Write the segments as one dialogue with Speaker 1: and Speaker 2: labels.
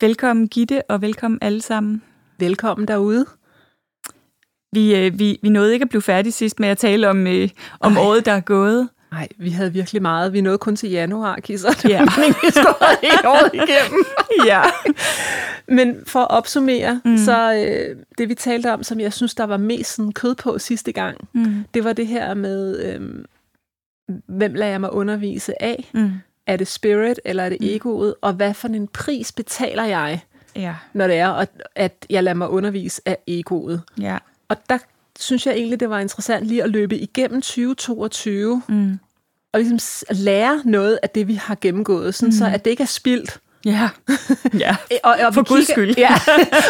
Speaker 1: Velkommen Gitte, og velkommen alle sammen.
Speaker 2: Velkommen derude.
Speaker 1: Vi, øh, vi, vi nåede ikke at blive færdige sidst med at tale om, øh, om
Speaker 2: Ej.
Speaker 1: året, der er gået.
Speaker 2: Nej, vi havde virkelig meget. Vi nåede kun til januar, kisser.
Speaker 1: Ja.
Speaker 2: Ja. Vi skulle have hele året igennem.
Speaker 1: ja.
Speaker 2: Men for at opsummere, mm. så øh, det vi talte om, som jeg synes, der var mest sådan kød på sidste gang,
Speaker 1: Mm.
Speaker 2: det var det her med, øh, hvem lader jeg mig undervise af?
Speaker 1: Mm.
Speaker 2: Er det spirit, eller er det egoet? Og hvad for en pris betaler jeg,
Speaker 1: Ja.
Speaker 2: når det er, at, at jeg lader mig undervise af egoet?
Speaker 1: Ja.
Speaker 2: Og der synes jeg egentlig, det var interessant lige at løbe igennem 2022,
Speaker 1: Mm.
Speaker 2: og ligesom s- lære noget af det, vi har gennemgået, sådan mm. så at det ikke er spildt.
Speaker 1: Ja. ja.
Speaker 2: Og, og
Speaker 1: For
Speaker 2: vi
Speaker 1: Guds
Speaker 2: kigger,
Speaker 1: skyld.
Speaker 2: Ja,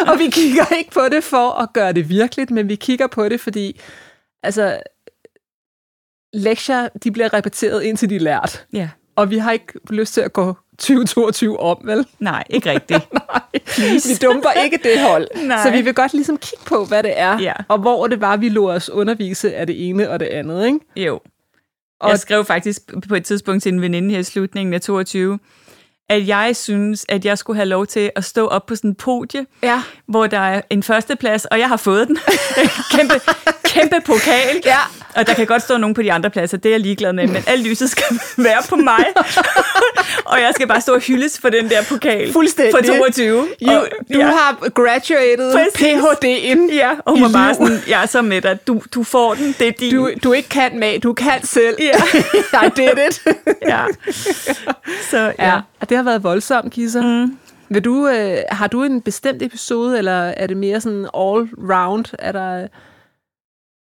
Speaker 2: og vi kigger ikke på det for at gøre det virkeligt, men vi kigger på det, fordi altså, lektier de bliver repeteret, indtil de er lært.
Speaker 1: Ja.
Speaker 2: Og vi har ikke lyst til at gå 2022 om, vel?
Speaker 1: Nej, ikke rigtigt.
Speaker 2: Nej, vi dumper ikke det hold.
Speaker 1: Nej.
Speaker 2: Så vi vil godt ligesom kigge på, hvad det er,
Speaker 1: Ja.
Speaker 2: og hvor det var, vi lå os undervise af det ene og det andet. Ikke?
Speaker 1: Jo. Og
Speaker 2: Og-
Speaker 1: jeg skrev faktisk på et tidspunkt til en veninde her i slutningen af 22, at jeg synes, at jeg skulle have lov til at stå op på sådan en podie,
Speaker 2: Ja.
Speaker 1: hvor der er en førsteplads, og jeg har fået den. kæmpe, kæmpe pokal.
Speaker 2: Ja.
Speaker 1: Og der kan godt stå nogen på de andre pladser, det er jeg ligeglad med, men alt lyset skal være på mig. og jeg skal bare stå og hyldes for den der pokal.
Speaker 2: Fuldstændig.
Speaker 1: For 22.
Speaker 2: You,
Speaker 1: og,
Speaker 2: du
Speaker 1: ja.
Speaker 2: har graduated
Speaker 1: Præcis.
Speaker 2: PhD'en.
Speaker 1: Ja, og hun var
Speaker 2: i
Speaker 1: bare
Speaker 2: liv.
Speaker 1: sådan, jeg er så med dig, du, du får den, det er din.
Speaker 2: du, du ikke kan med, du kan selv.
Speaker 1: Ja.
Speaker 2: I did it.
Speaker 1: ja. Så ja.
Speaker 2: ja. Og det har været voldsomt, Kisser. Mm. Vil du, øh, har du en bestemt episode, eller er det mere sådan all round? Er der,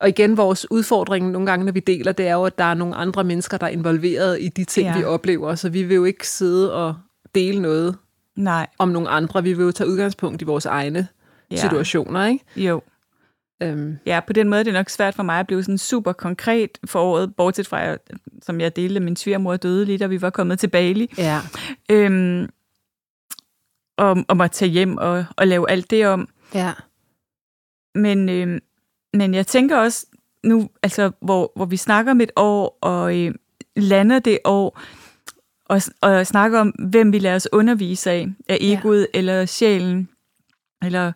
Speaker 2: og igen, vores udfordring nogle gange, når vi deler, det er jo, at der er nogle andre mennesker, der er involveret i de ting,
Speaker 1: Ja.
Speaker 2: ja. vi oplever. Så vi vil jo ikke sidde og dele noget
Speaker 1: Nej.
Speaker 2: om nogle andre. Vi vil jo tage udgangspunkt i vores egne ja. situationer, ikke?
Speaker 1: Jo.
Speaker 2: Øhm,
Speaker 1: Ja, på den måde er det nok svært for mig at blive sådan super konkret for året, bortset fra, at- som jeg delte, min svigermor døde lige, da vi var kommet til Bali.
Speaker 2: ja.
Speaker 1: Øhm, om, om at tage hjem og, og lave alt det om.
Speaker 2: ja.
Speaker 1: Men, øhm, men jeg tænker også nu, altså, hvor, hvor vi snakker om et år og øh, lander det år, og, s- og snakker om, hvem vi lader os undervise af, af
Speaker 2: Ja.
Speaker 1: egoet ja. eller sjælen, eller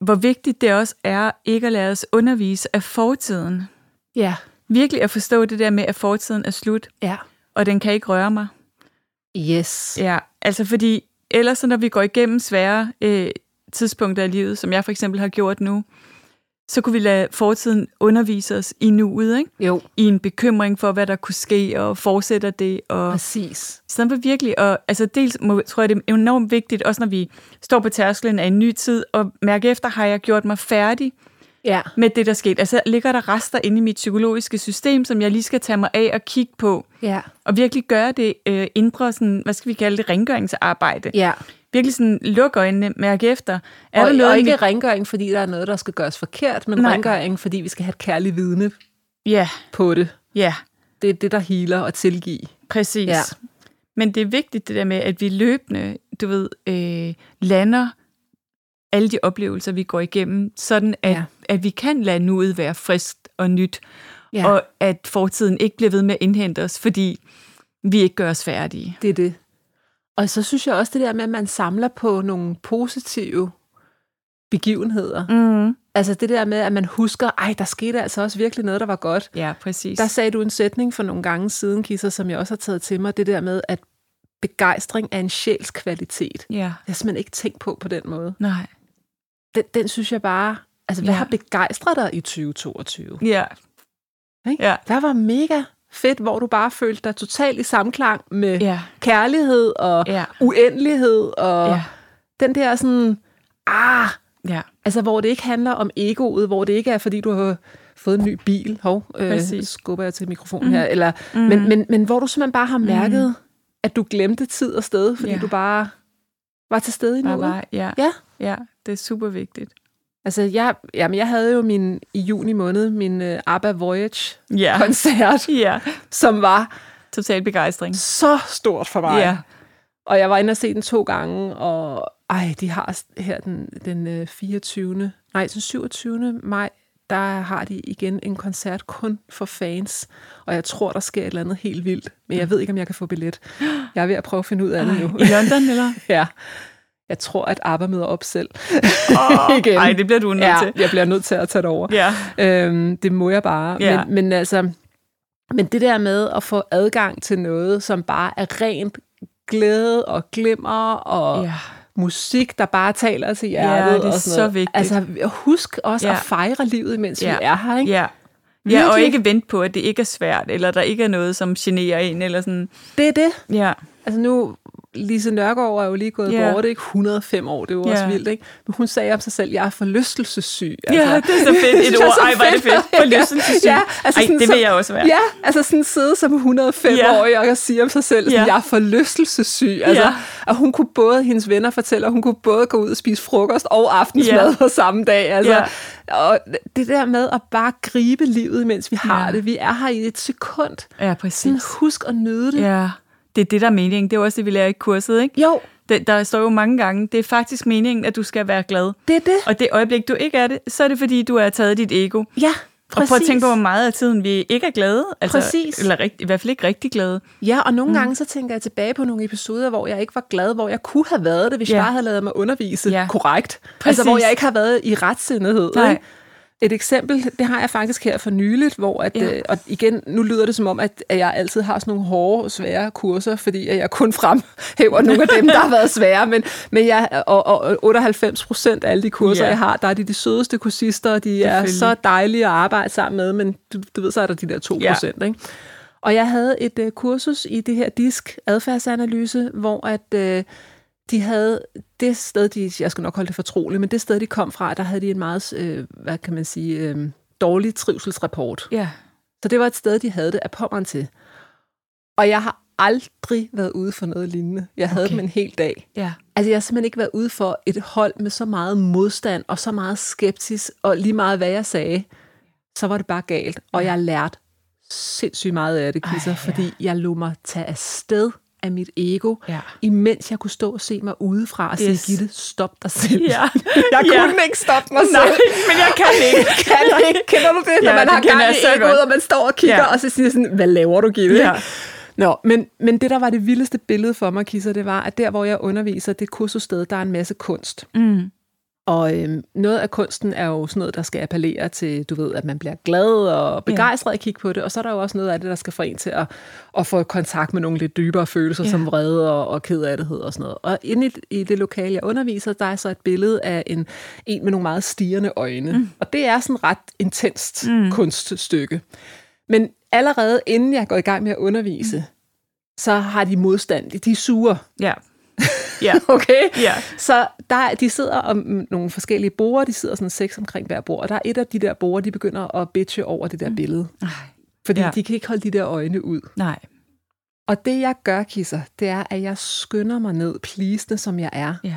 Speaker 1: hvor vigtigt det også er ikke at lade os undervise af fortiden.
Speaker 2: Ja.
Speaker 1: Virkelig at forstå det der med, at fortiden er slut,
Speaker 2: Ja.
Speaker 1: og den kan ikke røre mig.
Speaker 2: Yes.
Speaker 1: Ja, altså fordi ellers så når vi går igennem svære øh, tidspunkter i livet, som jeg for eksempel har gjort nu, så kunne vi lade fortiden undervise os i nuet, ikke?
Speaker 2: Jo,
Speaker 1: i en bekymring for, hvad der kunne ske, og fortsætter det. Og
Speaker 2: præcis.
Speaker 1: i stedet for virkelig, og, altså dels må, tror jeg, det er enormt vigtigt, også når vi står på tærsklen af en ny tid, og mærke efter, har jeg gjort mig færdig
Speaker 2: Ja.
Speaker 1: med det, der skete? Altså ligger der rester inde i mit psykologiske system, som jeg lige skal tage mig af og kigge på,
Speaker 2: Ja.
Speaker 1: og virkelig gøre det øh, indre, sådan, hvad skal vi kalde det, rengøringsarbejde.
Speaker 2: Ja.
Speaker 1: virkelig sådan luk øjnene, mærke efter. Er
Speaker 2: og,
Speaker 1: der noget,
Speaker 2: og ikke
Speaker 1: mit-
Speaker 2: rengøring, fordi der er noget, der skal gøres forkert, men
Speaker 1: Nej.
Speaker 2: Nej. rengøring, fordi vi skal have et kærligt vidne
Speaker 1: Ja,
Speaker 2: på det.
Speaker 1: ja,
Speaker 2: Det er det, der healer og tilgive.
Speaker 1: præcis. Ja.
Speaker 2: Ja.
Speaker 1: Men det er vigtigt det der med, at vi løbende, du ved, øh, lander alle de oplevelser, vi går igennem, sådan at, ja.
Speaker 2: Ja.
Speaker 1: at vi kan lade nuet være frisk og nyt, ja.
Speaker 2: Ja.
Speaker 1: og at fortiden ikke bliver ved med at indhente os, fordi vi ikke gør os færdige.
Speaker 2: Det er det. Og så synes jeg også det der med, at man samler på nogle positive begivenheder. Mm. Altså det der med, at man husker, ej, der skete altså også virkelig noget, der var godt.
Speaker 1: Ja, præcis.
Speaker 2: Der sagde du en sætning for nogle gange siden, Kisser, som jeg også har taget til mig, det der med, at begejstring er en sjælskvalitet.
Speaker 1: Ja,
Speaker 2: Jeg har simpelthen ikke tænkt på på den måde.
Speaker 1: nej.
Speaker 2: den, den synes jeg bare Altså, hvad
Speaker 1: Ja.
Speaker 2: ja. har begejstret dig i 2022?
Speaker 1: Ja.
Speaker 2: Ikke?
Speaker 1: Ja.
Speaker 2: Hvad var mega fedt, hvor du bare følte dig totalt i samklang med ja.
Speaker 1: Ja.
Speaker 2: kærlighed og ja.
Speaker 1: Ja.
Speaker 2: uendelighed og
Speaker 1: Ja.
Speaker 2: ja. den der sådan, ah,
Speaker 1: Ja.
Speaker 2: altså hvor det ikke handler om egoet, hvor det ikke er, fordi du har fået en ny bil, hov, øh,
Speaker 1: Præcis. Mhm.
Speaker 2: skubber jeg til mikrofonen mm. her, eller, mm. men, men, men hvor du simpelthen bare har mærket, mm. at du glemte tid og sted, fordi
Speaker 1: Ja.
Speaker 2: ja. du bare var til stede i
Speaker 1: Bare,
Speaker 2: nuet.
Speaker 1: bare, ja.
Speaker 2: Ja.
Speaker 1: Ja, det er super vigtigt.
Speaker 2: Altså, jeg, jamen, jeg havde jo min, i juni måned min uh, ABBA Voyage-koncert,
Speaker 1: Ja. Ja.
Speaker 2: som var
Speaker 1: Total begejstring.
Speaker 2: så stort for mig.
Speaker 1: Ja.
Speaker 2: Og jeg var inde og se den to gange, og ej, de har s- her den, den øh, 24. Nej, den 27. maj, der har de igen en koncert kun for fans. Og jeg tror, der sker et eller andet helt vildt. Men jeg ved ikke, om jeg kan få billet. Jeg er ved at prøve at finde ud af det nu.
Speaker 1: I London, eller?
Speaker 2: ja. Jeg tror, at ABBA møder op selv. Igen.
Speaker 1: Ej, det bliver du nødt
Speaker 2: ja,
Speaker 1: til.
Speaker 2: jeg bliver nødt til at tage det over.
Speaker 1: Ja.
Speaker 2: Øhm, det må jeg bare.
Speaker 1: Ja.
Speaker 2: Men, men altså, men det der med at få adgang til noget, som bare er rent glæde og glimmer og
Speaker 1: Ja.
Speaker 2: musik, der bare taler til hjertet.
Speaker 1: Ja, det er
Speaker 2: og sådan
Speaker 1: så
Speaker 2: noget.
Speaker 1: vigtigt.
Speaker 2: Altså, husk også
Speaker 1: Ja.
Speaker 2: at fejre livet, mens
Speaker 1: Ja.
Speaker 2: vi er her. Ikke?
Speaker 1: Ja. Ja, og
Speaker 2: Virkelig.
Speaker 1: ikke vente på, at det ikke er svært, eller der ikke er noget, som generer en, eller sådan.
Speaker 2: Det er det.
Speaker 1: Ja,
Speaker 2: Altså nu, Lise Nørgaard er jo lige gået
Speaker 1: Ja.
Speaker 2: yeah. bort, ikke? 105 år, det er jo
Speaker 1: Ja.
Speaker 2: også vildt, ikke? Men hun sagde om sig selv, jeg er forlystelsessyg.
Speaker 1: altså, ja det er så fedt.
Speaker 2: Det
Speaker 1: Et
Speaker 2: er
Speaker 1: ord,
Speaker 2: så
Speaker 1: ej, hvor er det fedt.
Speaker 2: Ja.
Speaker 1: Forlystelsessyg. Ja,
Speaker 2: Ja, altså
Speaker 1: altså ej,
Speaker 2: sådan
Speaker 1: det vil
Speaker 2: så-
Speaker 1: jeg også være.
Speaker 2: Ja, altså sådan sidde som 105-årig og sige om sig selv, at
Speaker 1: Ja.
Speaker 2: jeg er forlystelsessyg. Altså,
Speaker 1: Ja.
Speaker 2: Og hun kunne både, hendes venner fortæller, hun kunne både gå ud og spise frokost og aftensmad
Speaker 1: Ja.
Speaker 2: på samme dag. Altså, Og det der med at bare gribe livet, mens vi har
Speaker 1: Ja.
Speaker 2: det. Vi er her i et sekund.
Speaker 1: ja
Speaker 2: Sådan,
Speaker 1: præcis.
Speaker 2: husk at nyde det.
Speaker 1: Ja, det er det, der er meningen. Det er jo også det, vi lærer i kurset, ikke?
Speaker 2: Jo,
Speaker 1: Det, der står jo mange gange, det er faktisk meningen, at du skal være glad.
Speaker 2: det er det.
Speaker 1: Og det øjeblik, du ikke er det, så er det, fordi du har taget dit ego.
Speaker 2: Ja,
Speaker 1: Og
Speaker 2: præcis.
Speaker 1: prøv at tænke på, hvor meget af tiden vi ikke er glade. Altså,
Speaker 2: Præcis.
Speaker 1: Eller rigt, i hvert fald ikke rigtig glade.
Speaker 2: Ja, og nogle mm. gange så tænker jeg tilbage på nogle episoder, hvor jeg ikke var glad, hvor jeg kunne have været det, hvis
Speaker 1: Ja.
Speaker 2: ja. jeg bare havde lavet mig undervise
Speaker 1: Ja.
Speaker 2: ja. korrekt.
Speaker 1: Præcis.
Speaker 2: Altså, hvor jeg ikke har været i retsindighed.
Speaker 1: Nej.
Speaker 2: Ikke? Et eksempel, det har jeg faktisk her for nyligt, hvor at,
Speaker 1: Ja.
Speaker 2: ja. øh, og igen, nu lyder det som om, at, at jeg altid har sådan nogle hårde, svære kurser, fordi at jeg kun fremhæver nogle af dem, der har været svære, men, men jeg, og, og 98 procent af alle de kurser,
Speaker 1: Ja.
Speaker 2: ja. jeg har, der er de de sødeste kursister, og de er
Speaker 1: Selvfølgelig.
Speaker 2: så dejlige at arbejde sammen med, men du, du ved, så er der de der 2
Speaker 1: Ja.
Speaker 2: procent, ikke? Og jeg havde et øh, kursus i det her disk adfærdsanalyse, hvor at øh, de havde det sted, de, jeg skal nok holde det fortroligt, men det sted, de kom fra, der havde de en meget, øh, hvad kan man sige, øh, dårlig trivselsrapport.
Speaker 1: Ja.
Speaker 2: Så det var et sted, de havde det af pommeren til. Og jeg har aldrig været ude for noget lignende. Jeg havde
Speaker 1: Okay.
Speaker 2: dem en hel dag.
Speaker 1: Ja.
Speaker 2: Altså, jeg har simpelthen ikke været ude for et hold med så meget modstand og så meget skepsis, og lige meget hvad jeg sagde, så var det bare galt. Og jeg lærte sindssygt meget af det, Kisser,
Speaker 1: Ej, ja.
Speaker 2: fordi jeg lå mig tage afsted af mit ego,
Speaker 1: Ja.
Speaker 2: imens jeg kunne stå og se mig udefra og
Speaker 1: Yes.
Speaker 2: yes. sige, Gitte, stop dig selv.
Speaker 1: Ja.
Speaker 2: Jeg
Speaker 1: Ja.
Speaker 2: kunne ikke stoppe mig
Speaker 1: Nej,
Speaker 2: selv.
Speaker 1: men jeg kan ikke.
Speaker 2: Kan ikke. Kender du det, når
Speaker 1: Ja,
Speaker 2: man
Speaker 1: det
Speaker 2: har
Speaker 1: kender
Speaker 2: gang
Speaker 1: jeg så
Speaker 2: i egoet,
Speaker 1: godt.
Speaker 2: og man står og kigger,
Speaker 1: Ja.
Speaker 2: ja. og så siger sådan, hvad laver du, Gitte?
Speaker 1: Ja.
Speaker 2: Ja. Nå, men, men det, der var det vildeste billede for mig, Kisser, det var, at der, hvor jeg underviser, det er kursussted, der er en masse kunst.
Speaker 1: Mm.
Speaker 2: Og øhm, noget af kunsten er jo sådan noget, der skal appellere til, du ved, at man bliver glad og begejstret af at kigge på det. Og så er der jo også noget af det, der skal få en til at, at få kontakt med nogle lidt dybere følelser,
Speaker 1: Ja.
Speaker 2: ja. som vrede og, og kederlighed og sådan noget. Og inde i, i det lokale, jeg underviser, der er så et billede af en, en med nogle meget stirrende øjne. Mm. Og det er sådan ret intenst mm. kunststykke. Men allerede inden jeg går i gang med at undervise, mm. så har de modstand. De er sure.
Speaker 1: Ja. Ja.
Speaker 2: Okay?
Speaker 1: Ja.
Speaker 2: Så der, er- de sidder om nogle forskellige borer, de sidder sådan seks omkring hver bord, og der er et af de der borer, de begynder at bitche over det der billede,
Speaker 1: Nej.
Speaker 2: fordi
Speaker 1: Mm. Ja.
Speaker 2: ja. de kan ikke holde de der øjne ud.
Speaker 1: Nej.
Speaker 2: Og det jeg gør, Kisser, det er, at jeg skynder mig ned, plisende som jeg er,
Speaker 1: Ja.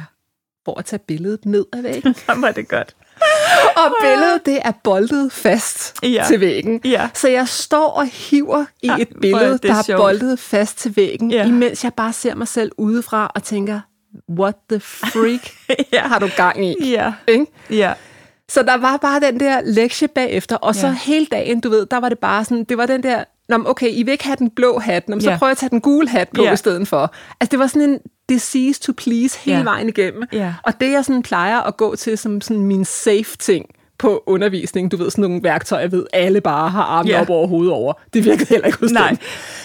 Speaker 2: for at tage billedet ned af væggen.
Speaker 1: Jamen, var det godt.
Speaker 2: og billedet, det er boldet fast
Speaker 1: Ja.
Speaker 2: ja. til væggen.
Speaker 1: Ja.
Speaker 2: Så jeg står og hiver i
Speaker 1: Ej,
Speaker 2: et
Speaker 1: hvor er
Speaker 2: billede,
Speaker 1: det
Speaker 2: der er
Speaker 1: sjovt.
Speaker 2: boldet fast til væggen,
Speaker 1: Ja.
Speaker 2: ja. imens jeg bare ser mig selv udefra og tænker, what the freak
Speaker 1: Ja.
Speaker 2: har du gang i?
Speaker 1: Ja.
Speaker 2: Ikke?
Speaker 1: Ja.
Speaker 2: Så der var bare den der lektie bagefter, og
Speaker 1: Ja.
Speaker 2: så ja. hele dagen, du ved, der var det bare sådan, det var den der, Nå, men okay, I vil ikke have den blå hat, Nå, men så
Speaker 1: Ja.
Speaker 2: prøver jeg at tage den gule hat på
Speaker 1: Ja.
Speaker 2: ja. i stedet for. Altså, det var sådan en disease to please hele
Speaker 1: Ja.
Speaker 2: ja. vejen igennem.
Speaker 1: Ja.
Speaker 2: Og det, jeg sådan plejer at gå til som sådan min safe ting på undervisning, du ved, sådan nogle værktøjer, jeg ved, alle bare har armen
Speaker 1: Ja.
Speaker 2: ja. op over hovedet over. Det virkede heller ikke hos
Speaker 1: Nej.
Speaker 2: dem.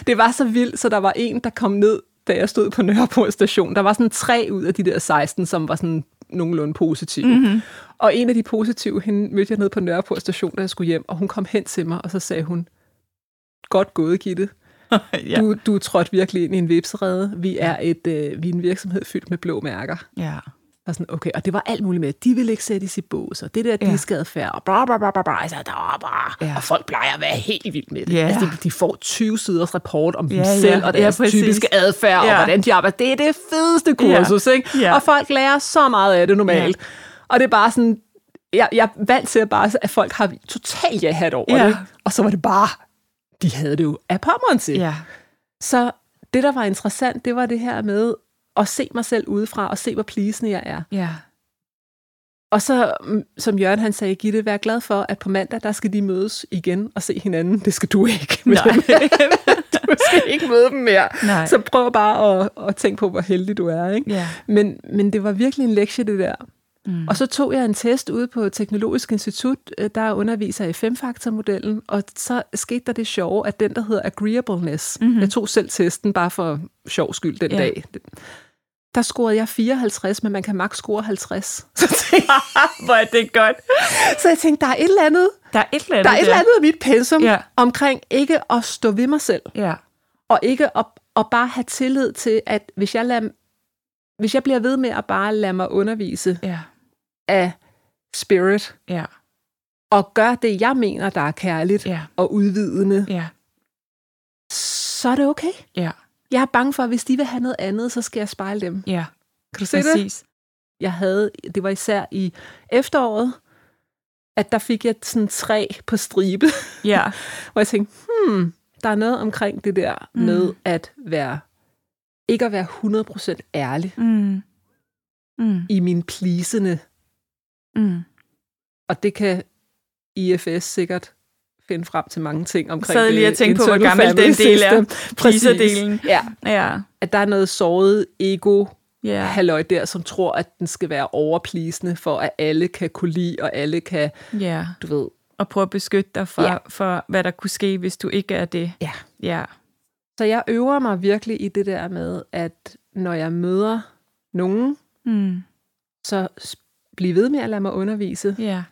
Speaker 2: Det var så vildt, så der var en, der kom ned, da jeg stod på Nørreport station. Der var sådan tre ud af de der 16, som var sådan nogenlunde positive. Mm-hmm. Og en af de positive, hende mødte jeg nede på Nørreport station, da jeg skulle hjem, og hun kom hen til mig, og så sagde hun, godt gået, Gitte.
Speaker 1: ja.
Speaker 2: Du, du er trådt virkelig ind i en vipserede. Vi er, et, øh, vi er en virksomhed fyldt med blå mærker.
Speaker 1: ja.
Speaker 2: Og, sådan, okay, og det var alt muligt med, at de ville ikke sætte i bås, og det der
Speaker 1: Ja.
Speaker 2: ja. diskeadfærd, og bla bla bla bla, bla, altså, der, bla,
Speaker 1: Ja.
Speaker 2: ja. og folk plejer at være helt vildt med det.
Speaker 1: Ja.
Speaker 2: Altså, de, de får 20 siders rapport om dem
Speaker 1: Ja, ja.
Speaker 2: selv, og
Speaker 1: Ja,
Speaker 2: deres
Speaker 1: præcis.
Speaker 2: typiske adfærd,
Speaker 1: Ja.
Speaker 2: og hvordan de arbejder. Det er det fedeste kursus, ikke?
Speaker 1: Ja.
Speaker 2: Og folk lærer så meget af det normalt. Og det er bare sådan, jeg, jeg er vant til at bare, at folk har totalt ja-hat over
Speaker 1: Ja.
Speaker 2: det. Og så var det bare, de havde det jo af pommeren til.
Speaker 1: ja.
Speaker 2: Så det, der var interessant, det var det her med at se mig selv udefra, og se, hvor plisende jeg er.
Speaker 1: Ja.
Speaker 2: Og så, mm, som Jørgen han sagde, Gitte, vær glad for, at på mandag, der skal de mødes igen og se hinanden. Det skal du ikke. med
Speaker 1: Nej.
Speaker 2: dem. du skal ikke møde dem mere.
Speaker 1: Nej.
Speaker 2: Så prøv bare at, at tænke på, hvor heldig du er. Ikke?
Speaker 1: Ja.
Speaker 2: Men, men det var virkelig en lektie, det der.
Speaker 1: Mm.
Speaker 2: Og så tog jeg en test ude på Teknologisk Institut, øh, der underviser i femfaktormodellen, og så skete der det sjove, at den, der hedder agreeableness, mm-hmm. jeg tog selv testen bare for sjov skyld den
Speaker 1: Ja.
Speaker 2: ja. dag, der scorede jeg 54, men man kan maks score 50. Så tænkte,
Speaker 1: Hvor er det godt.
Speaker 2: så jeg tænkte, der er et eller andet,
Speaker 1: Der er et eller andet
Speaker 2: der er et eller andet af mit pensum
Speaker 1: Ja.
Speaker 2: ja. omkring ikke at stå ved mig selv,
Speaker 1: Ja.
Speaker 2: og ikke at, at bare have tillid til, at hvis jeg, lader, hvis jeg bliver ved med at bare lade mig undervise
Speaker 1: Ja.
Speaker 2: af spirit,
Speaker 1: Ja.
Speaker 2: og gør det, jeg mener, der er kærligt
Speaker 1: Ja.
Speaker 2: og udvidende,
Speaker 1: Ja.
Speaker 2: så er det okay.
Speaker 1: Ja.
Speaker 2: Jeg er bange for, at hvis de vil have noget andet, så skal jeg spejle dem.
Speaker 1: Ja.
Speaker 2: Kan du se det?
Speaker 1: Præcis.
Speaker 2: Jeg havde, det var især i efteråret, at der fik jeg sådan tre på stribe,
Speaker 1: Ja.
Speaker 2: hvor jeg tænkte, hmm, der er noget omkring det der
Speaker 1: Mm.
Speaker 2: mm. med at være, ikke at være 100% ærlig
Speaker 1: Mm. Mm.
Speaker 2: i min plisende,
Speaker 1: Mm.
Speaker 2: og det kan IFS sikkert finde frem til mange ting omkring
Speaker 1: Sad lige
Speaker 2: øh,
Speaker 1: og tænkte på, hvor
Speaker 2: internal
Speaker 1: gammel den
Speaker 2: family
Speaker 1: del er.
Speaker 2: system. Præcis.
Speaker 1: Priserdelen.
Speaker 2: Ja,
Speaker 1: Ja.
Speaker 2: at der er noget såret ego
Speaker 1: Ja.
Speaker 2: halløj der, som tror, at den skal være overplisende for, at alle kan kunne lide, og alle kan,
Speaker 1: Ja.
Speaker 2: du ved...
Speaker 1: Og prøve at beskytte dig for,
Speaker 2: Ja.
Speaker 1: for, hvad der kunne ske, hvis du ikke er det.
Speaker 2: Ja.
Speaker 1: Ja.
Speaker 2: Så jeg øver mig virkelig i det der med, at når jeg møder nogen,
Speaker 1: Mm.
Speaker 2: så s- bliv ved med at lade mig undervise,
Speaker 1: Ja.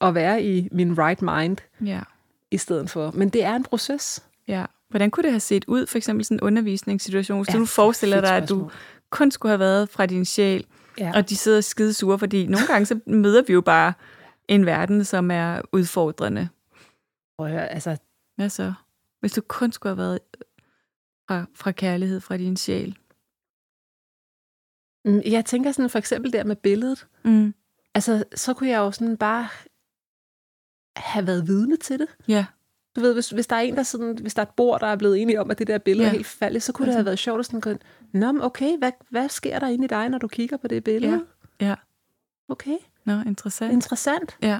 Speaker 2: og være i min right mind
Speaker 1: Ja.
Speaker 2: i stedet for. Men det er en proces.
Speaker 1: Ja. Hvordan kunne det have set ud, for eksempel sådan en undervisningssituation, hvis ja,
Speaker 2: Ja,
Speaker 1: du nu forestiller
Speaker 2: fedt
Speaker 1: dig, at du
Speaker 2: spørgsmål.
Speaker 1: kun skulle have været fra din sjæl,
Speaker 2: Ja.
Speaker 1: og de sidder skide sure, fordi nogle gange så møder vi jo bare en verden, som er udfordrende.
Speaker 2: Prøv at høre, altså,
Speaker 1: Hvad så? Hvis du kun skulle have været øh, fra, fra kærlighed, fra din sjæl.
Speaker 2: mm, jeg tænker sådan for eksempel der med billedet.
Speaker 1: Mm.
Speaker 2: Altså, så kunne jeg jo sådan bare have været vidne til det.
Speaker 1: Ja.
Speaker 2: Du ved, hvis, hvis der er en, der sådan, hvis der er et bord, der er blevet enige om, at det der billede
Speaker 1: Ja.
Speaker 2: ja. er helt faldet, så kunne det
Speaker 1: Altså.
Speaker 2: have været sjovt at sådan gå ind, Nå, men okay, hvad, hvad sker der inde i dig, når du kigger på det billede?
Speaker 1: Ja. Ja.
Speaker 2: Okay,
Speaker 1: Nå, interessant.
Speaker 2: interessant.
Speaker 1: Ja.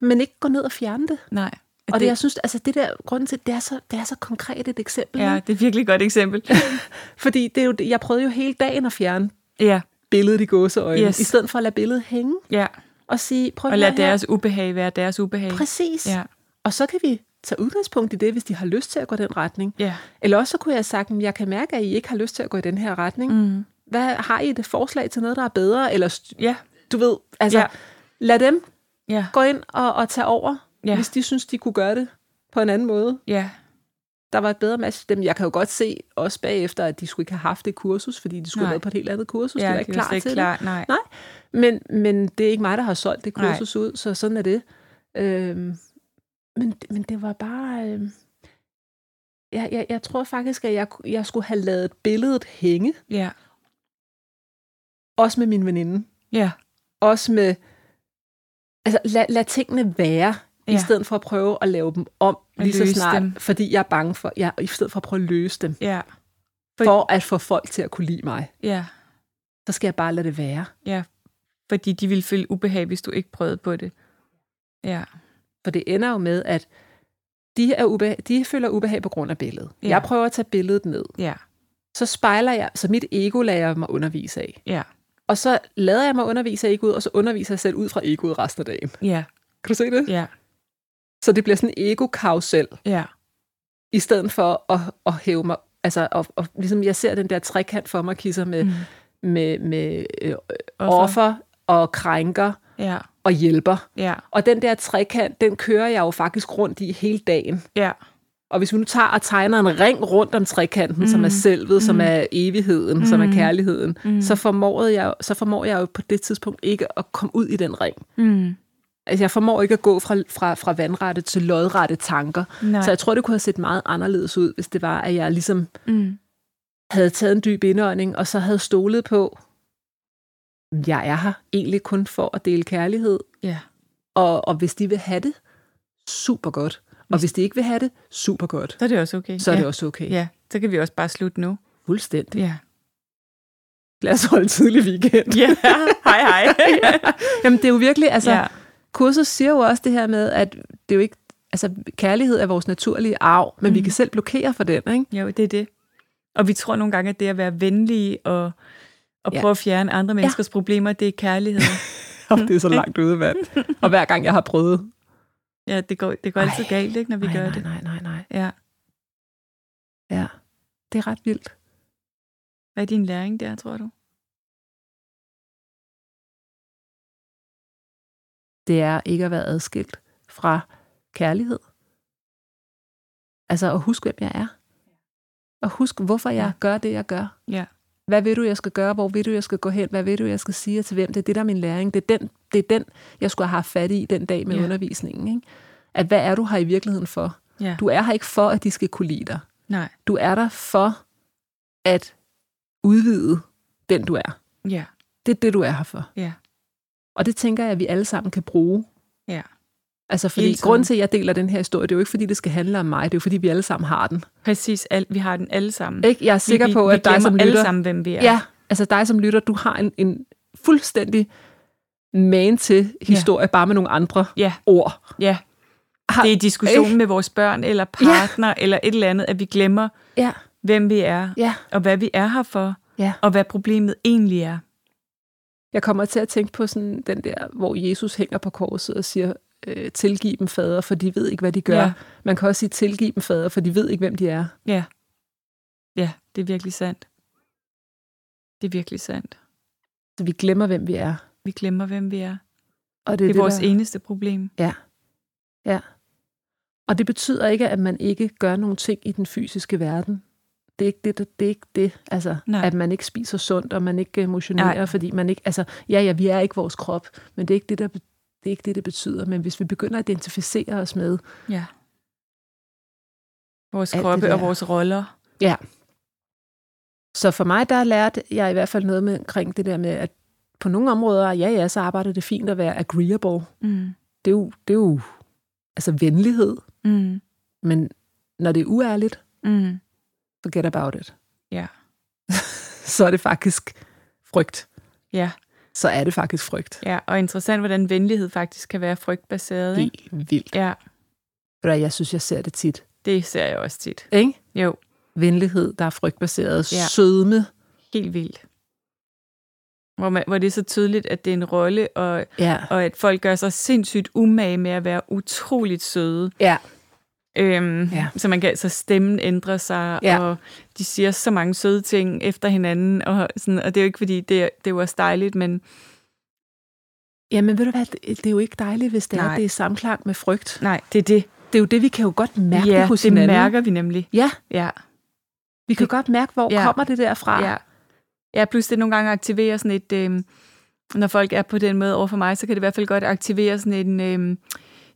Speaker 2: Men ikke gå ned og fjerne det.
Speaker 1: Nej.
Speaker 2: Mm. Og det, det jeg synes, altså det der, grunden til, det er så, det er så konkret et eksempel.
Speaker 1: ja,
Speaker 2: ikke?
Speaker 1: det er virkelig et godt eksempel.
Speaker 2: Fordi det er jo, det- jeg prøvede jo hele dagen at fjerne
Speaker 1: ja,
Speaker 2: billedet i gåseøjne,
Speaker 1: Yes.
Speaker 2: yes. i stedet for at lade billedet hænge
Speaker 1: ja.
Speaker 2: og sige, prøv
Speaker 1: Og
Speaker 2: at
Speaker 1: lad
Speaker 2: høre her.
Speaker 1: deres ubehag være deres ubehag.
Speaker 2: Præcis.
Speaker 1: Ja,
Speaker 2: Og så kan vi tage udgangspunkt i det, hvis de har lyst til at gå den retning.
Speaker 1: ja.
Speaker 2: Eller også så kunne jeg have sagt, at jeg kan mærke, at I ikke har lyst til at gå i den her retning.
Speaker 1: Mm.
Speaker 2: Hvad har I et forslag til noget, der er bedre? Eller st-
Speaker 1: Ja,
Speaker 2: du ved, altså,
Speaker 1: Ja.
Speaker 2: ja. lad dem
Speaker 1: ja,
Speaker 2: gå ind og, og tage over,
Speaker 1: Ja.
Speaker 2: ja. hvis de synes, de kunne gøre det på en anden måde.
Speaker 1: ja.
Speaker 2: Der var et bedre match til dem. Jeg kan jo godt se også bagefter, at de skulle ikke have haft det kursus, fordi de skulle
Speaker 1: Nej.
Speaker 2: have været på et helt andet kursus.
Speaker 1: ja,
Speaker 2: de var ikke
Speaker 1: det
Speaker 2: klar
Speaker 1: slet ikke
Speaker 2: til det.
Speaker 1: klar. Nej.
Speaker 2: Nej. Men, men det er ikke mig, der har solgt det
Speaker 1: Nej.
Speaker 2: kursus Nej. ud, så sådan er det. Øhm, men, men det var bare... Øhm, jeg, jeg, jeg tror faktisk, at jeg, jeg skulle have lavet billedet hænge,
Speaker 1: Ja,
Speaker 2: også med min veninde.
Speaker 1: ja,
Speaker 2: Også med... Altså, lad, lad tingene være, ja.
Speaker 1: Ja.
Speaker 2: i stedet for at prøve at lave dem om
Speaker 1: Og
Speaker 2: lige så
Speaker 1: løse
Speaker 2: snart,
Speaker 1: dem.
Speaker 2: fordi jeg er bange for... Jeg, I stedet for at prøve at løse dem,
Speaker 1: ja, For-
Speaker 2: for at få folk til at kunne lide mig,
Speaker 1: ja.
Speaker 2: så skal jeg bare lade det være.
Speaker 1: Ja, fordi de ville føle ubehag, hvis du ikke prøvede på det. Ja,
Speaker 2: For det ender jo med, at de, er ube, de føler ubehag på grund af billedet.
Speaker 1: Ja.
Speaker 2: Ja. Jeg prøver at tage billedet ned.
Speaker 1: ja,
Speaker 2: Så spejler jeg, så mit ego lader jeg mig undervise af.
Speaker 1: ja,
Speaker 2: Og så lader jeg mig undervise af egoet, og så underviser jeg selv ud fra egoet resten af dagen.
Speaker 1: ja,
Speaker 2: Kan du se det?
Speaker 1: ja,
Speaker 2: Så det bliver sådan en ego
Speaker 1: ja,
Speaker 2: i stedet for at, at hæve mig. Altså, og, og, ligesom jeg ser den der trekant for mig, kisser med,
Speaker 1: Mm.
Speaker 2: mm. med, med øh,
Speaker 1: Offer.
Speaker 2: offer. offer og krænker
Speaker 1: Ja,
Speaker 2: og hjælper.
Speaker 1: ja,
Speaker 2: Og den der trekant, den kører jeg jo faktisk rundt i hele dagen.
Speaker 1: ja.
Speaker 2: Og hvis vi nu tager og tegner en ring rundt om trekanten, mm. som er selvet, mm. som er evigheden, mm. som er kærligheden, mm. så, formåede jeg, så formår jeg jo på det tidspunkt ikke at komme ud i den ring.
Speaker 1: Mm.
Speaker 2: Altså, jeg formår ikke at gå fra, fra, fra vandrette til lodrette tanker.
Speaker 1: Nej.
Speaker 2: Så jeg tror, det kunne have set meget anderledes ud, hvis det var, at jeg ligesom
Speaker 1: Mm.
Speaker 2: havde taget en dyb indånding, og så havde stolet på, jeg er her egentlig kun for at dele kærlighed,
Speaker 1: Ja.
Speaker 2: og, og hvis de vil have det, super godt. Og hvis de ikke vil have det, super godt.
Speaker 1: Så er det også okay.
Speaker 2: Så er
Speaker 1: ja.
Speaker 2: det også okay.
Speaker 1: Ja, så kan vi også bare slutte nu.
Speaker 2: Fuldstændig.
Speaker 1: Ja.
Speaker 2: Lad os holde en tidlig weekend.
Speaker 1: Ja, hej hej.
Speaker 2: Jamen, det er jo virkelig, altså,
Speaker 1: ja.
Speaker 2: ja. kurset siger jo også det her med, at det er jo ikke, altså, kærlighed er vores naturlige arv, men mm. vi kan selv blokere for den, ikke?
Speaker 1: Jo, det er det. Og vi tror nogle gange, at det at være venlige og, og
Speaker 2: Ja.
Speaker 1: prøve at fjerne andre menneskers ja. problemer, det er kærlighed.
Speaker 2: Og
Speaker 1: Mm.
Speaker 2: det er så langt ude, mand. Og hver gang jeg har prøvet.
Speaker 1: Ja, det går, det går altid
Speaker 2: Ej,
Speaker 1: galt, ikke, når vi
Speaker 2: nej,
Speaker 1: gør
Speaker 2: nej,
Speaker 1: det.
Speaker 2: nej, nej, nej.
Speaker 1: Ja.
Speaker 2: Ja, det er ret vildt.
Speaker 1: Hvad er din læring der, tror du?
Speaker 2: Det er ikke at være adskilt fra kærlighed. Altså at huske, hvem jeg er. Og huske, hvorfor jeg gør det, jeg gør.
Speaker 1: Ja.
Speaker 2: Hvad vil du, jeg skal gøre? Hvor vil du, jeg skal gå hen? Hvad vil du, jeg skal sige og til hvem? Det er det, der er min læring. Det er den, det er den jeg skulle have haft fat i den dag med
Speaker 1: Ja.
Speaker 2: ja. undervisningen. Ikke? At hvad er du her i virkeligheden for?
Speaker 1: Ja.
Speaker 2: Du er her ikke for, at de skal kunne lide dig.
Speaker 1: Nej.
Speaker 2: Du er der for at udvide den, du er.
Speaker 1: Ja.
Speaker 2: Det er det, du er her for.
Speaker 1: Ja.
Speaker 2: Og det tænker jeg, at vi alle sammen kan bruge.
Speaker 1: Ja.
Speaker 2: Altså,
Speaker 1: Hele
Speaker 2: fordi
Speaker 1: tiden.
Speaker 2: grunden til, at jeg deler den her historie, det er jo ikke, fordi det skal handle om mig. Det er jo, fordi vi alle sammen har den.
Speaker 1: Præcis. Al, vi har den alle sammen.
Speaker 2: Ikke? Jeg er sikker
Speaker 1: vi,
Speaker 2: på,
Speaker 1: vi,
Speaker 2: at
Speaker 1: vi glemmer
Speaker 2: dig som
Speaker 1: alle
Speaker 2: lytter...
Speaker 1: sammen, hvem vi er.
Speaker 2: Ja, altså dig som lytter, du har en, en fuldstændig man til historie, ja. bare med nogle andre
Speaker 1: Ja.
Speaker 2: ord.
Speaker 1: ja.
Speaker 2: Har- Øh.
Speaker 1: Det er diskussionen
Speaker 2: Ikke?
Speaker 1: med vores børn eller partner ja. eller et eller andet, at vi glemmer,
Speaker 2: Ja,
Speaker 1: hvem vi er,
Speaker 2: ja,
Speaker 1: og hvad vi er her for,
Speaker 2: ja.
Speaker 1: og hvad problemet egentlig er.
Speaker 2: Jeg kommer til at tænke på sådan den der, hvor Jesus hænger på korset og siger, øh, tilgiv dem fader, for de ved ikke, hvad de gør.
Speaker 1: Ja.
Speaker 2: Ja. Man kan også sige, tilgiv dem fader, for de ved ikke, hvem de er.
Speaker 1: Ja. Ja, det er virkelig sandt. Det er virkelig sandt.
Speaker 2: Så vi glemmer, hvem vi er.
Speaker 1: Vi glemmer, hvem vi er.
Speaker 2: Og
Speaker 1: Det er vores
Speaker 2: der-
Speaker 1: eneste problem.
Speaker 2: Og det betyder ikke, at man ikke gør nogle ting i den fysiske verden. Det er ikke det, der, det, er ikke det. Altså,
Speaker 1: Nej.
Speaker 2: at man ikke spiser sundt, og man ikke øh, motionerer,
Speaker 1: Nej.
Speaker 2: Nej. fordi man ikke, altså, ja, ja, vi er ikke vores krop, men det er ikke det, der, be- det er ikke det, det betyder. Men hvis vi begynder at identificere os med,
Speaker 1: Ja. Vores
Speaker 2: Alt det
Speaker 1: kroppe og
Speaker 2: der.
Speaker 1: vores roller.
Speaker 2: så for mig, der lærte jeg i hvert fald noget med, omkring det der med, at på nogle områder, ja, ja, så arbejder det fint at være agreeable.
Speaker 1: Mm.
Speaker 2: Det er jo, det er jo altså venlighed,
Speaker 1: Mm.
Speaker 2: men når det er uærligt,
Speaker 1: Mm.
Speaker 2: forget about it.
Speaker 1: Ja.
Speaker 2: så er det faktisk frygt.
Speaker 1: Ja.
Speaker 2: Så er det faktisk frygt.
Speaker 1: ja, og interessant, hvordan venlighed faktisk kan være frygtbaseret. Ikke?
Speaker 2: Helt vildt.
Speaker 1: Ja,
Speaker 2: Eller jeg synes, jeg ser det tit.
Speaker 1: det ser jeg også tit.
Speaker 2: Ikke?
Speaker 1: Jo,
Speaker 2: Venlighed, der er frygtbaseret.
Speaker 1: Ja.
Speaker 2: Ja. Sødme.
Speaker 1: helt vildt. Hvor, man, hvor det er så tydeligt, at det er en rolle, og,
Speaker 2: Ja.
Speaker 1: og at folk gør sig sindssygt umage med at være utroligt søde.
Speaker 2: Ja.
Speaker 1: Øhm, ja.
Speaker 2: Ja.
Speaker 1: Så man kan altså stemmen ændre sig, ja.
Speaker 2: Ja.
Speaker 1: og de siger så mange søde ting efter hinanden, og, sådan, og det er jo ikke fordi, det er, det er jo også dejligt, men
Speaker 2: Jamen ved du hvad, det- det er jo ikke dejligt, hvis det Nej. er,
Speaker 1: Nej.
Speaker 2: at det er i samklang med frygt.
Speaker 1: nej, det er det.
Speaker 2: Det er jo det, vi kan jo godt mærke
Speaker 1: ja,
Speaker 2: det hos
Speaker 1: det
Speaker 2: hinanden.
Speaker 1: mærker vi nemlig.
Speaker 2: Ja,
Speaker 1: Ja,
Speaker 2: vi
Speaker 1: Det-
Speaker 2: kan det, godt mærke, hvor
Speaker 1: Ja.
Speaker 2: ja. kommer det der fra.
Speaker 1: ja. Ja, plus det nogle gange aktiverer sådan et, øhm, når folk er på den måde over for mig, så kan det i hvert fald godt aktivere sådan en, øhm,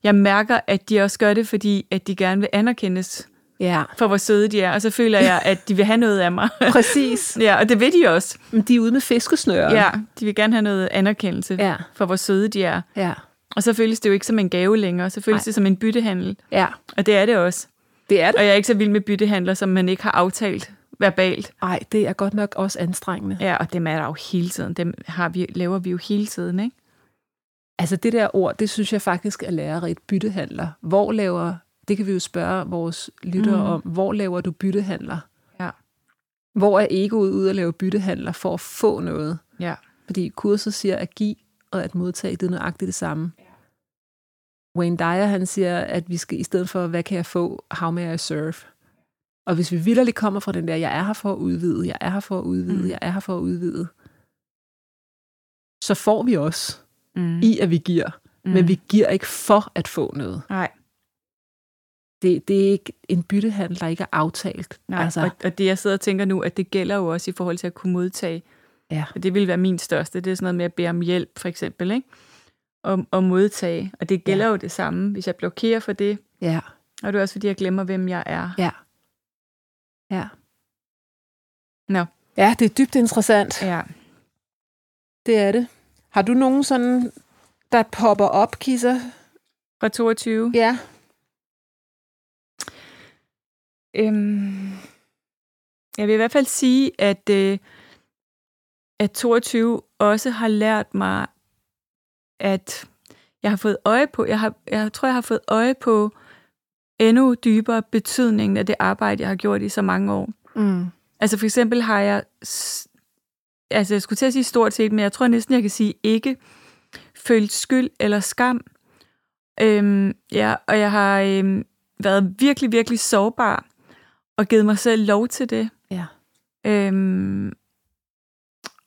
Speaker 1: jeg mærker, at de også gør det, fordi at de gerne vil anerkendes
Speaker 2: ja.
Speaker 1: for, hvor søde de er, og så føler jeg, at de vil have noget af mig.
Speaker 2: Præcis.
Speaker 1: ja, og det vil de også.
Speaker 2: Men de er ude med fiskesnøren.
Speaker 1: Ja, de vil gerne have noget anerkendelse
Speaker 2: Ja.
Speaker 1: for, hvor søde de er.
Speaker 2: Ja.
Speaker 1: Og så føles det jo ikke som en gave længere, så føles Ej.
Speaker 2: Nej.
Speaker 1: det som en byttehandel.
Speaker 2: ja.
Speaker 1: Og det er det også.
Speaker 2: Det er det.
Speaker 1: Og jeg er ikke så vild med byttehandler, som man ikke har aftalt verbalt.
Speaker 2: Nej, det er godt nok også anstrengende.
Speaker 1: Ja, og dem er der jo hele tiden. Dem har vi, laver vi jo hele tiden, ikke?
Speaker 2: Altså det der ord, det synes jeg faktisk er lærerigt byttehandler. Hvor laver, det kan vi jo spørge vores lyttere
Speaker 1: Mhm.
Speaker 2: mm. om, hvor laver du byttehandler?
Speaker 1: Ja.
Speaker 2: Hvor er egoet ude at lave byttehandler for at få noget?
Speaker 1: Ja.
Speaker 2: Fordi kurset siger, at give og at modtage, det er nøjagtigt det samme. Wayne Dyer, han siger, at vi skal i stedet for, hvad kan jeg få, how may I serve? Og hvis vi vidderligt kommer fra den der, jeg er her for at udvide, jeg er her for at udvide,
Speaker 1: Mm.
Speaker 2: mm. jeg er her for at udvide, så får vi også
Speaker 1: Mm.
Speaker 2: i, at vi giver. Mm. Men vi giver ikke for at få noget.
Speaker 1: Nej,
Speaker 2: Det, det er ikke en byttehandel, der ikke er aftalt.
Speaker 1: nej. Altså. Og, og det jeg sidder og tænker nu, at det gælder jo også i forhold til at kunne modtage.
Speaker 2: Ja.
Speaker 1: Og det vil være min største. Det er sådan noget med at bede om hjælp, for eksempel, ikke? Og, og modtage. Og det gælder ja. jo det samme. Hvis jeg blokerer for det,
Speaker 2: ja,
Speaker 1: og det er også fordi, jeg glemmer, hvem jeg er.
Speaker 2: ja. Ja.
Speaker 1: Nå.
Speaker 2: Ja, det er dybt interessant.
Speaker 1: Ja.
Speaker 2: Det er det. Har du nogen sådan, der popper op, kisser?
Speaker 1: Fra 22.
Speaker 2: Ja.
Speaker 1: Øhm, jeg vil i hvert fald sige, at, øh, at 22 også har lært mig, at jeg har fået øje på, jeg, har, jeg tror, jeg har fået øje på endnu dybere betydningen af det arbejde, jeg har gjort i så mange år.
Speaker 2: Mm.
Speaker 1: Altså for eksempel har jeg, s- altså jeg skulle til at sige stort set, men jeg tror næsten, jeg kan sige ikke, følt skyld eller skam. Øhm, ja, og jeg har øhm, været virkelig, virkelig sårbar og givet mig selv lov til det.
Speaker 2: Ja.
Speaker 1: Øhm,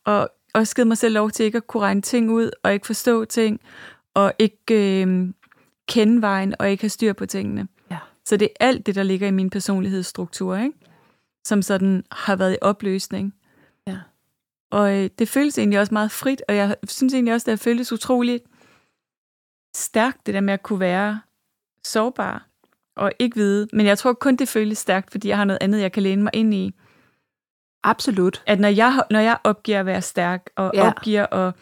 Speaker 1: og også givet mig selv lov til ikke at kunne regne ting ud, og ikke forstå ting, og ikke øhm, kende vejen, og ikke have styr på tingene.
Speaker 2: Ja.
Speaker 1: Så det er alt det, der ligger i min personlighedsstruktur, ikke? som sådan har været i opløsning.
Speaker 2: Ja.
Speaker 1: Og øh, det føles egentlig også meget frit, og jeg synes egentlig også, at det føles utroligt stærkt, det der med at kunne være sårbar og ikke vide. Men jeg tror kun, det føles stærkt, fordi jeg har noget andet, jeg kan læne mig ind i.
Speaker 2: Absolut.
Speaker 1: At når jeg, når jeg opgiver at være stærk, og
Speaker 2: Ja.
Speaker 1: ja. opgiver at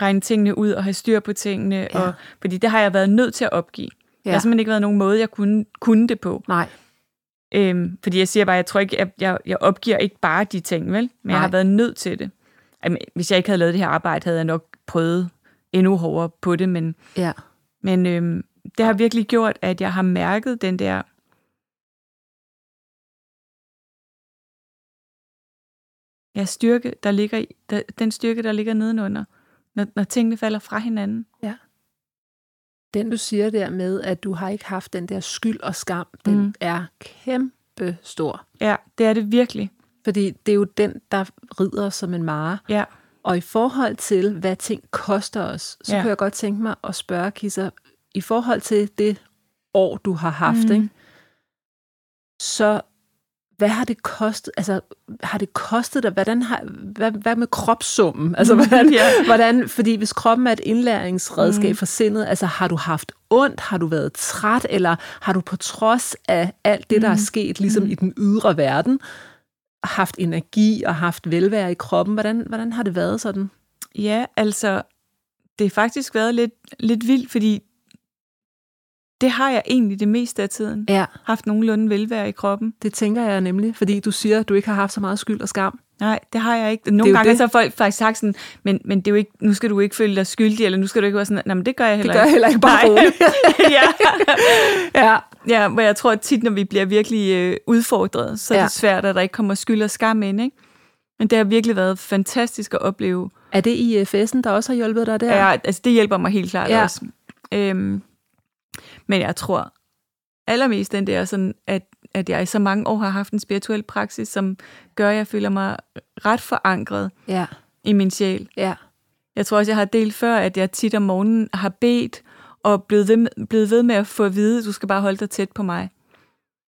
Speaker 1: regne tingene ud og have styr på tingene,
Speaker 2: Ja.
Speaker 1: ja. og, fordi det har jeg været nødt til at opgive. Ja. Der
Speaker 2: Ja.
Speaker 1: har simpelthen ikke været nogen måde, jeg kunne, kunne det på.
Speaker 2: Nej.
Speaker 1: Øhm, fordi jeg siger bare, jeg tror ikke, jeg, jeg, jeg opgiver ikke bare de ting, vel? Men Nej. jeg har
Speaker 2: Nej.
Speaker 1: været nødt til det. Jamen, hvis jeg ikke havde lavet det her arbejde, havde jeg nok prøvet endnu hårdere på det, men,
Speaker 2: Ja.
Speaker 1: men øhm, det har virkelig gjort, at jeg har mærket den der... Ja, styrke, der ligger i, der, den styrke, der ligger nedenunder, når, når tingene falder fra hinanden.
Speaker 2: Den du siger der med, at du har ikke haft den der skyld og skam, den
Speaker 1: Mm.
Speaker 2: er kæmpe stor.
Speaker 1: Ja, det er det virkelig.
Speaker 2: Fordi det er jo den, der rider som en mare.
Speaker 1: Ja,
Speaker 2: Og i forhold til, hvad ting koster os, så ja.
Speaker 1: Ja.
Speaker 2: kunne jeg godt tænke mig at spørge, Kisser, i forhold til det år, du har haft,
Speaker 1: Mm.
Speaker 2: mm. ikke? så hvad har det kostet? Altså, har det kostet dig? Hvordan har, hvad, hvad med kropssummen? Altså, hvordan,
Speaker 1: Mhm. ja.
Speaker 2: hvordan, fordi hvis kroppen er et indlæringsredskab
Speaker 1: Mm.
Speaker 2: for sindet, altså har du haft ondt? Har du været træt? Eller har du på trods af alt det, der er
Speaker 1: Mm.
Speaker 2: sket, ligesom i den ydre verden, haft energi og haft velvære i kroppen? Hvordan, hvordan har det været sådan?
Speaker 1: Ja, altså, det har faktisk været lidt, lidt vildt, fordi det har jeg egentlig det meste af tiden.
Speaker 2: Ja,
Speaker 1: Haft nogenlunde velvære i kroppen.
Speaker 2: det tænker jeg nemlig, fordi du siger, at du ikke har haft så meget skyld og skam.
Speaker 1: Nej, det har jeg ikke.
Speaker 2: Det er
Speaker 1: Nogle
Speaker 2: jo
Speaker 1: gange
Speaker 2: det.
Speaker 1: så har folk faktisk sagt sådan, men, men det er jo ikke, nu skal du ikke føle dig skyldig, eller nu skal du ikke være sådan, nej, men det gør jeg heller
Speaker 2: Det gør jeg heller ikke bare
Speaker 1: Nej.
Speaker 2: roligt.
Speaker 1: ikke. ja.
Speaker 2: ja.
Speaker 1: ja, hvor jeg tror at tit, når vi bliver virkelig øh, udfordret, så er
Speaker 2: Ja.
Speaker 1: det svært, at der ikke kommer skyld og skam ind, ikke? Men det har virkelig været fantastisk at opleve,
Speaker 2: Er det IFS'en, der også har hjulpet dig der?
Speaker 1: Ja. ja, altså det hjælper mig helt klart
Speaker 2: Ja.
Speaker 1: ja. også. Øhm, men jeg tror allermest den der sådan, at, at jeg i så mange år har haft en spirituel praksis, som gør, at jeg føler mig ret forankret
Speaker 2: ja.
Speaker 1: i min sjæl.
Speaker 2: ja.
Speaker 1: Jeg tror også, jeg har delt før, at jeg tit om morgenen har bedt og blevet ved, med- blevet ved med at få at vide, at du skal bare holde dig tæt på mig.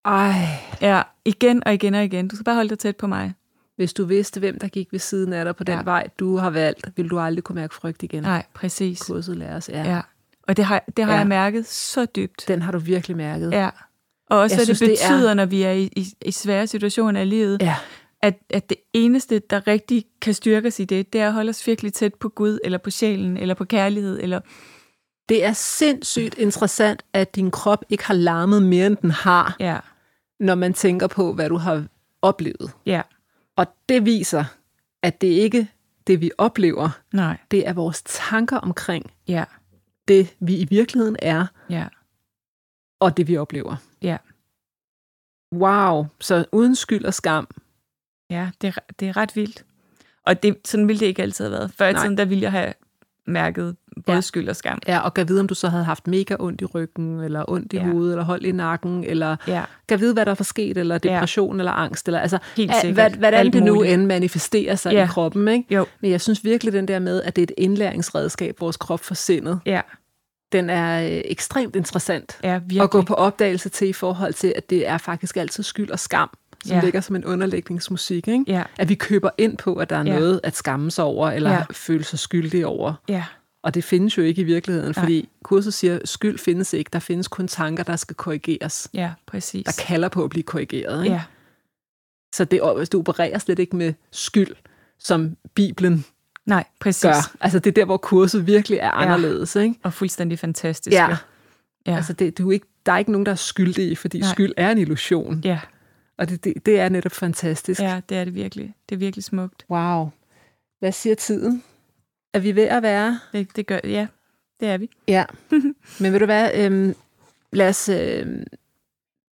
Speaker 2: Ej,
Speaker 1: Ja, igen og igen og igen. Du skal bare holde dig tæt på mig.
Speaker 2: hvis du vidste, hvem der gik ved siden af dig på den
Speaker 1: Ja.
Speaker 2: vej, du har valgt, ville du aldrig kunne mærke frygt igen.
Speaker 1: Nej, præcis.
Speaker 2: Kurset lærer os. Ja.
Speaker 1: Ja. Og det har, det har
Speaker 2: Ja.
Speaker 1: ja. jeg mærket så dybt.
Speaker 2: Den har du virkelig mærket.
Speaker 1: Ja. Og også,
Speaker 2: Jeg
Speaker 1: hvad det
Speaker 2: synes, det er-
Speaker 1: betyder, det er... når vi er i, i, i svære situationer i livet,
Speaker 2: ja.
Speaker 1: at, at det eneste, der rigtig kan styrke os i det, det er at holde os virkelig tæt på Gud, eller på sjælen, eller på kærlighed, eller...
Speaker 2: Det er sindssygt interessant, at din krop ikke har larmet mere, end den har,
Speaker 1: Ja,
Speaker 2: når man tænker på, hvad du har oplevet.
Speaker 1: ja,
Speaker 2: Og det viser, at det ikke det, vi oplever,
Speaker 1: nej,
Speaker 2: det er vores tanker omkring
Speaker 1: ja,
Speaker 2: det, vi i virkeligheden er,
Speaker 1: ja,
Speaker 2: og det, vi oplever.
Speaker 1: ja.
Speaker 2: Wow, så uden skyld og skam.
Speaker 1: Ja, det er, det er ret vildt. Og det, sådan ville det ikke altid have været. Før i
Speaker 2: Nej.
Speaker 1: tiden, der ville jeg have mærket både
Speaker 2: Ja.
Speaker 1: skyld og skam.
Speaker 2: Ja, og gav vide, om du så havde haft mega ondt i ryggen, eller ondt i
Speaker 1: Ja.
Speaker 2: ja. hovedet, eller hold i nakken, eller
Speaker 1: Ja.
Speaker 2: gav vide, hvad der var sket, eller
Speaker 1: Ja.
Speaker 2: depression, ja. eller angst, eller altså,
Speaker 1: Helt
Speaker 2: al-
Speaker 1: sikkert.
Speaker 2: hvad, hvordan
Speaker 1: Alt
Speaker 2: det nu
Speaker 1: muligt.
Speaker 2: end manifesterer sig
Speaker 1: Ja.
Speaker 2: i kroppen. Ikke?
Speaker 1: Jo.
Speaker 2: Men jeg synes virkelig, den der med, at det er et indlæringsredskab, vores krop for sindet,
Speaker 1: Ja,
Speaker 2: den er øh, ekstremt interessant
Speaker 1: ja virkelig.
Speaker 2: at gå på opdagelse til i forhold til, at det er faktisk altid skyld og skam, som
Speaker 1: Ja.
Speaker 2: ja. ligger som en underlægningsmusik. Ikke?
Speaker 1: Ja,
Speaker 2: At vi køber ind på, at der er
Speaker 1: Ja.
Speaker 2: noget at skamme sig over, eller
Speaker 1: Ja.
Speaker 2: ja. føle sig skyldig over.
Speaker 1: ja,
Speaker 2: Og det findes jo ikke i virkeligheden,
Speaker 1: Nej.
Speaker 2: fordi kurset siger, at skyld findes ikke. Der findes kun tanker, der skal korrigeres.
Speaker 1: ja, præcis.
Speaker 2: Der kalder på at blive korrigeret. Ikke?
Speaker 1: Ja,
Speaker 2: Så det, du opererer slet ikke med skyld, som Bibelen
Speaker 1: nej, præcis.
Speaker 2: gør. Altså det er der, hvor kurset virkelig er anderledes. Ikke?
Speaker 1: Og fuldstændig fantastisk.
Speaker 2: Ja.
Speaker 1: vel? Ja.
Speaker 2: Altså det, du er ikke, der er ikke nogen, der er skyldige, fordi
Speaker 1: Nej.
Speaker 2: Nej. skyld er en illusion.
Speaker 1: ja,
Speaker 2: Og det, det, det er netop fantastisk.
Speaker 1: ja, det er det virkelig. Det er virkelig smukt.
Speaker 2: Wow. Hvad siger tiden? Er vi ved at være?
Speaker 1: Det, det gør, ja, det er vi.
Speaker 2: Ja. Men ved du hvad? Øhm, lad os... Øhm,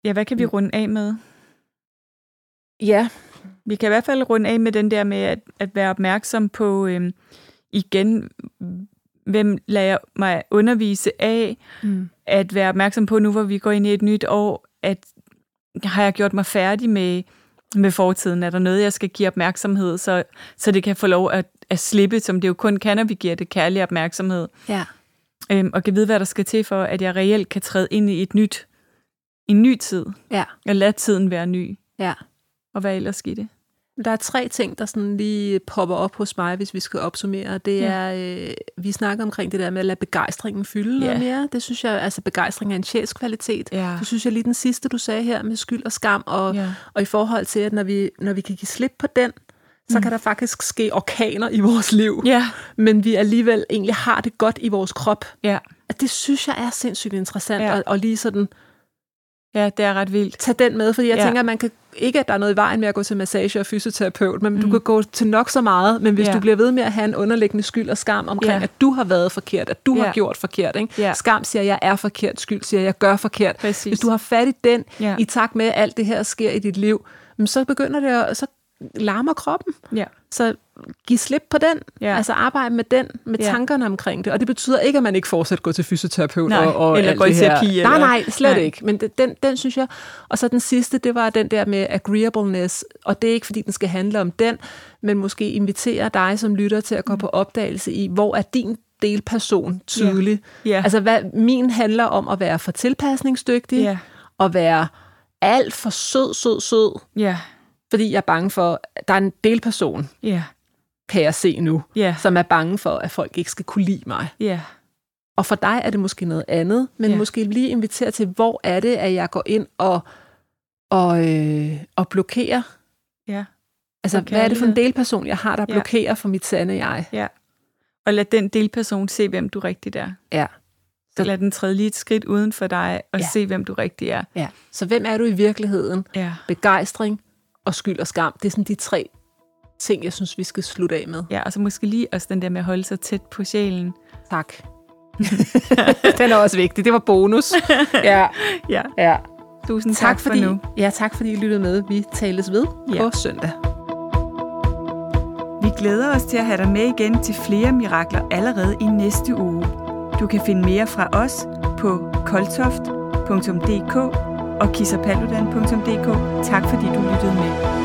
Speaker 1: Ja, hvad kan vi runde af med?
Speaker 2: ja.
Speaker 1: Vi kan i hvert fald runde af med den der med at, at være opmærksom på øhm, igen, hvem lader jeg mig undervise af,
Speaker 2: Mm.
Speaker 1: at være opmærksom på nu, hvor vi går ind i et nyt år, at har jeg gjort mig færdig med, med fortiden? Er der noget, jeg skal give opmærksomhed, så, så det kan få lov at, at slippe, som det jo kun kan, når vi giver det kærlig opmærksomhed?
Speaker 2: Ja.
Speaker 1: Øhm, og kan vide, hvad der skal til for, at jeg reelt kan træde ind i et nyt, en ny tid,
Speaker 2: Ja.
Speaker 1: og lade tiden være ny,
Speaker 2: Ja.
Speaker 1: og hvad ellers i det?
Speaker 2: Der er tre ting, der sådan lige popper op hos mig, hvis vi skal opsummere. Det
Speaker 1: Ja.
Speaker 2: er, øh, vi snakker omkring det der med at lade begejstringen fylde
Speaker 1: Ja.
Speaker 2: noget mere. Det synes jeg, altså begejstring er en sjælskvalitet.
Speaker 1: Ja.
Speaker 2: Det synes jeg lige den sidste, du sagde her med skyld og skam, og,
Speaker 1: Ja.
Speaker 2: og i forhold til, at når vi, når vi kan give slip på den, så mm. kan der faktisk ske orkaner i vores liv,
Speaker 1: Ja,
Speaker 2: men vi alligevel egentlig har det godt i vores krop.
Speaker 1: ja,
Speaker 2: At Det synes jeg er sindssygt interessant,
Speaker 1: Ja.
Speaker 2: ja. og, og lige sådan
Speaker 1: ja, det er ret vildt.
Speaker 2: tage den med, fordi jeg
Speaker 1: Ja.
Speaker 2: ja. tænker, at man kan ikke, at der er noget i vejen med at gå til massage og fysioterapeut, men mm. du kan gå til nok så meget, men hvis
Speaker 1: Ja.
Speaker 2: ja. du bliver ved med at have en underliggende skyld og skam omkring,
Speaker 1: Ja.
Speaker 2: ja. at du har været forkert, at du
Speaker 1: Ja.
Speaker 2: har gjort forkert. Ikke?
Speaker 1: Ja.
Speaker 2: Skam siger, at jeg er forkert, skyld siger, at jeg gør forkert.
Speaker 1: Præcis.
Speaker 2: Hvis du har fat i den,
Speaker 1: Ja.
Speaker 2: ja. i takt med, at alt det her sker i dit liv, jamen, så begynder det at, så larmer kroppen.
Speaker 1: Ja,
Speaker 2: Så giv slip på den,
Speaker 1: Ja.
Speaker 2: ja. altså arbejde med den, med
Speaker 1: Ja.
Speaker 2: ja. tankerne omkring det. Og det betyder ikke, at man ikke fortsat går til fysioterapeut
Speaker 1: Nej,
Speaker 2: og, og
Speaker 1: eller
Speaker 2: alt
Speaker 1: går i
Speaker 2: det her.
Speaker 1: terapi, eller-
Speaker 2: Nej, nej, slet
Speaker 1: Nej.
Speaker 2: nej. ikke. Men det- den, den synes jeg. Og så den sidste, det var den der med agreeableness. Og det er ikke, fordi den skal handle om den, men måske invitere dig som lytter til
Speaker 1: Mm.
Speaker 2: at gå på opdagelse i, hvor er din delperson tydelig.
Speaker 1: Ja. Ja.
Speaker 2: Altså, hvad min handler om at være for tilpasningsdygtig,
Speaker 1: Ja.
Speaker 2: og være alt for sød, sød, sød,
Speaker 1: ja,
Speaker 2: fordi jeg er bange for, at der er en delperson,
Speaker 1: ja,
Speaker 2: kan jeg se nu,
Speaker 1: Ja.
Speaker 2: som er bange for, at folk ikke skal kunne lide mig.
Speaker 1: ja,
Speaker 2: Og for dig er det måske noget andet, men
Speaker 1: Ja.
Speaker 2: måske lige invitere til, hvor er det, at jeg går ind og, og, øh, og blokerer?
Speaker 1: ja.
Speaker 2: Altså,
Speaker 1: For
Speaker 2: okay, hvad er det for en
Speaker 1: kærlighed.
Speaker 2: delperson, jeg har, der
Speaker 1: Ja.
Speaker 2: blokerer for mit sande jeg?
Speaker 1: ja. Og lad den delperson se, hvem du rigtigt er.
Speaker 2: Ja.
Speaker 1: Så lad den træde lige et skridt uden for dig og ja.
Speaker 2: Ja.
Speaker 1: se, hvem du rigtig er.
Speaker 2: ja. Så hvem er du i virkeligheden?
Speaker 1: Ja.
Speaker 2: Begejstring og skyld og skam. Det er sådan de tre ting, jeg synes, vi skal slutte af med.
Speaker 1: ja, og så måske lige også den der med at holde sig tæt på sjælen.
Speaker 2: Tak. Den er også vigtig. Det var bonus. Ja,
Speaker 1: Ja,
Speaker 2: ja.
Speaker 1: tusind tak,
Speaker 2: Tak, tak fordi,
Speaker 1: for nu.
Speaker 2: Ja, tak fordi I lyttede med. Vi tales ved
Speaker 1: Ja.
Speaker 2: ja. på søndag.
Speaker 1: Vi glæder os til at have dig med igen til flere mirakler allerede i næste uge. Du kan finde mere fra os på koltoft.dk og kissapaludan.dk. Tak fordi du lyttede med.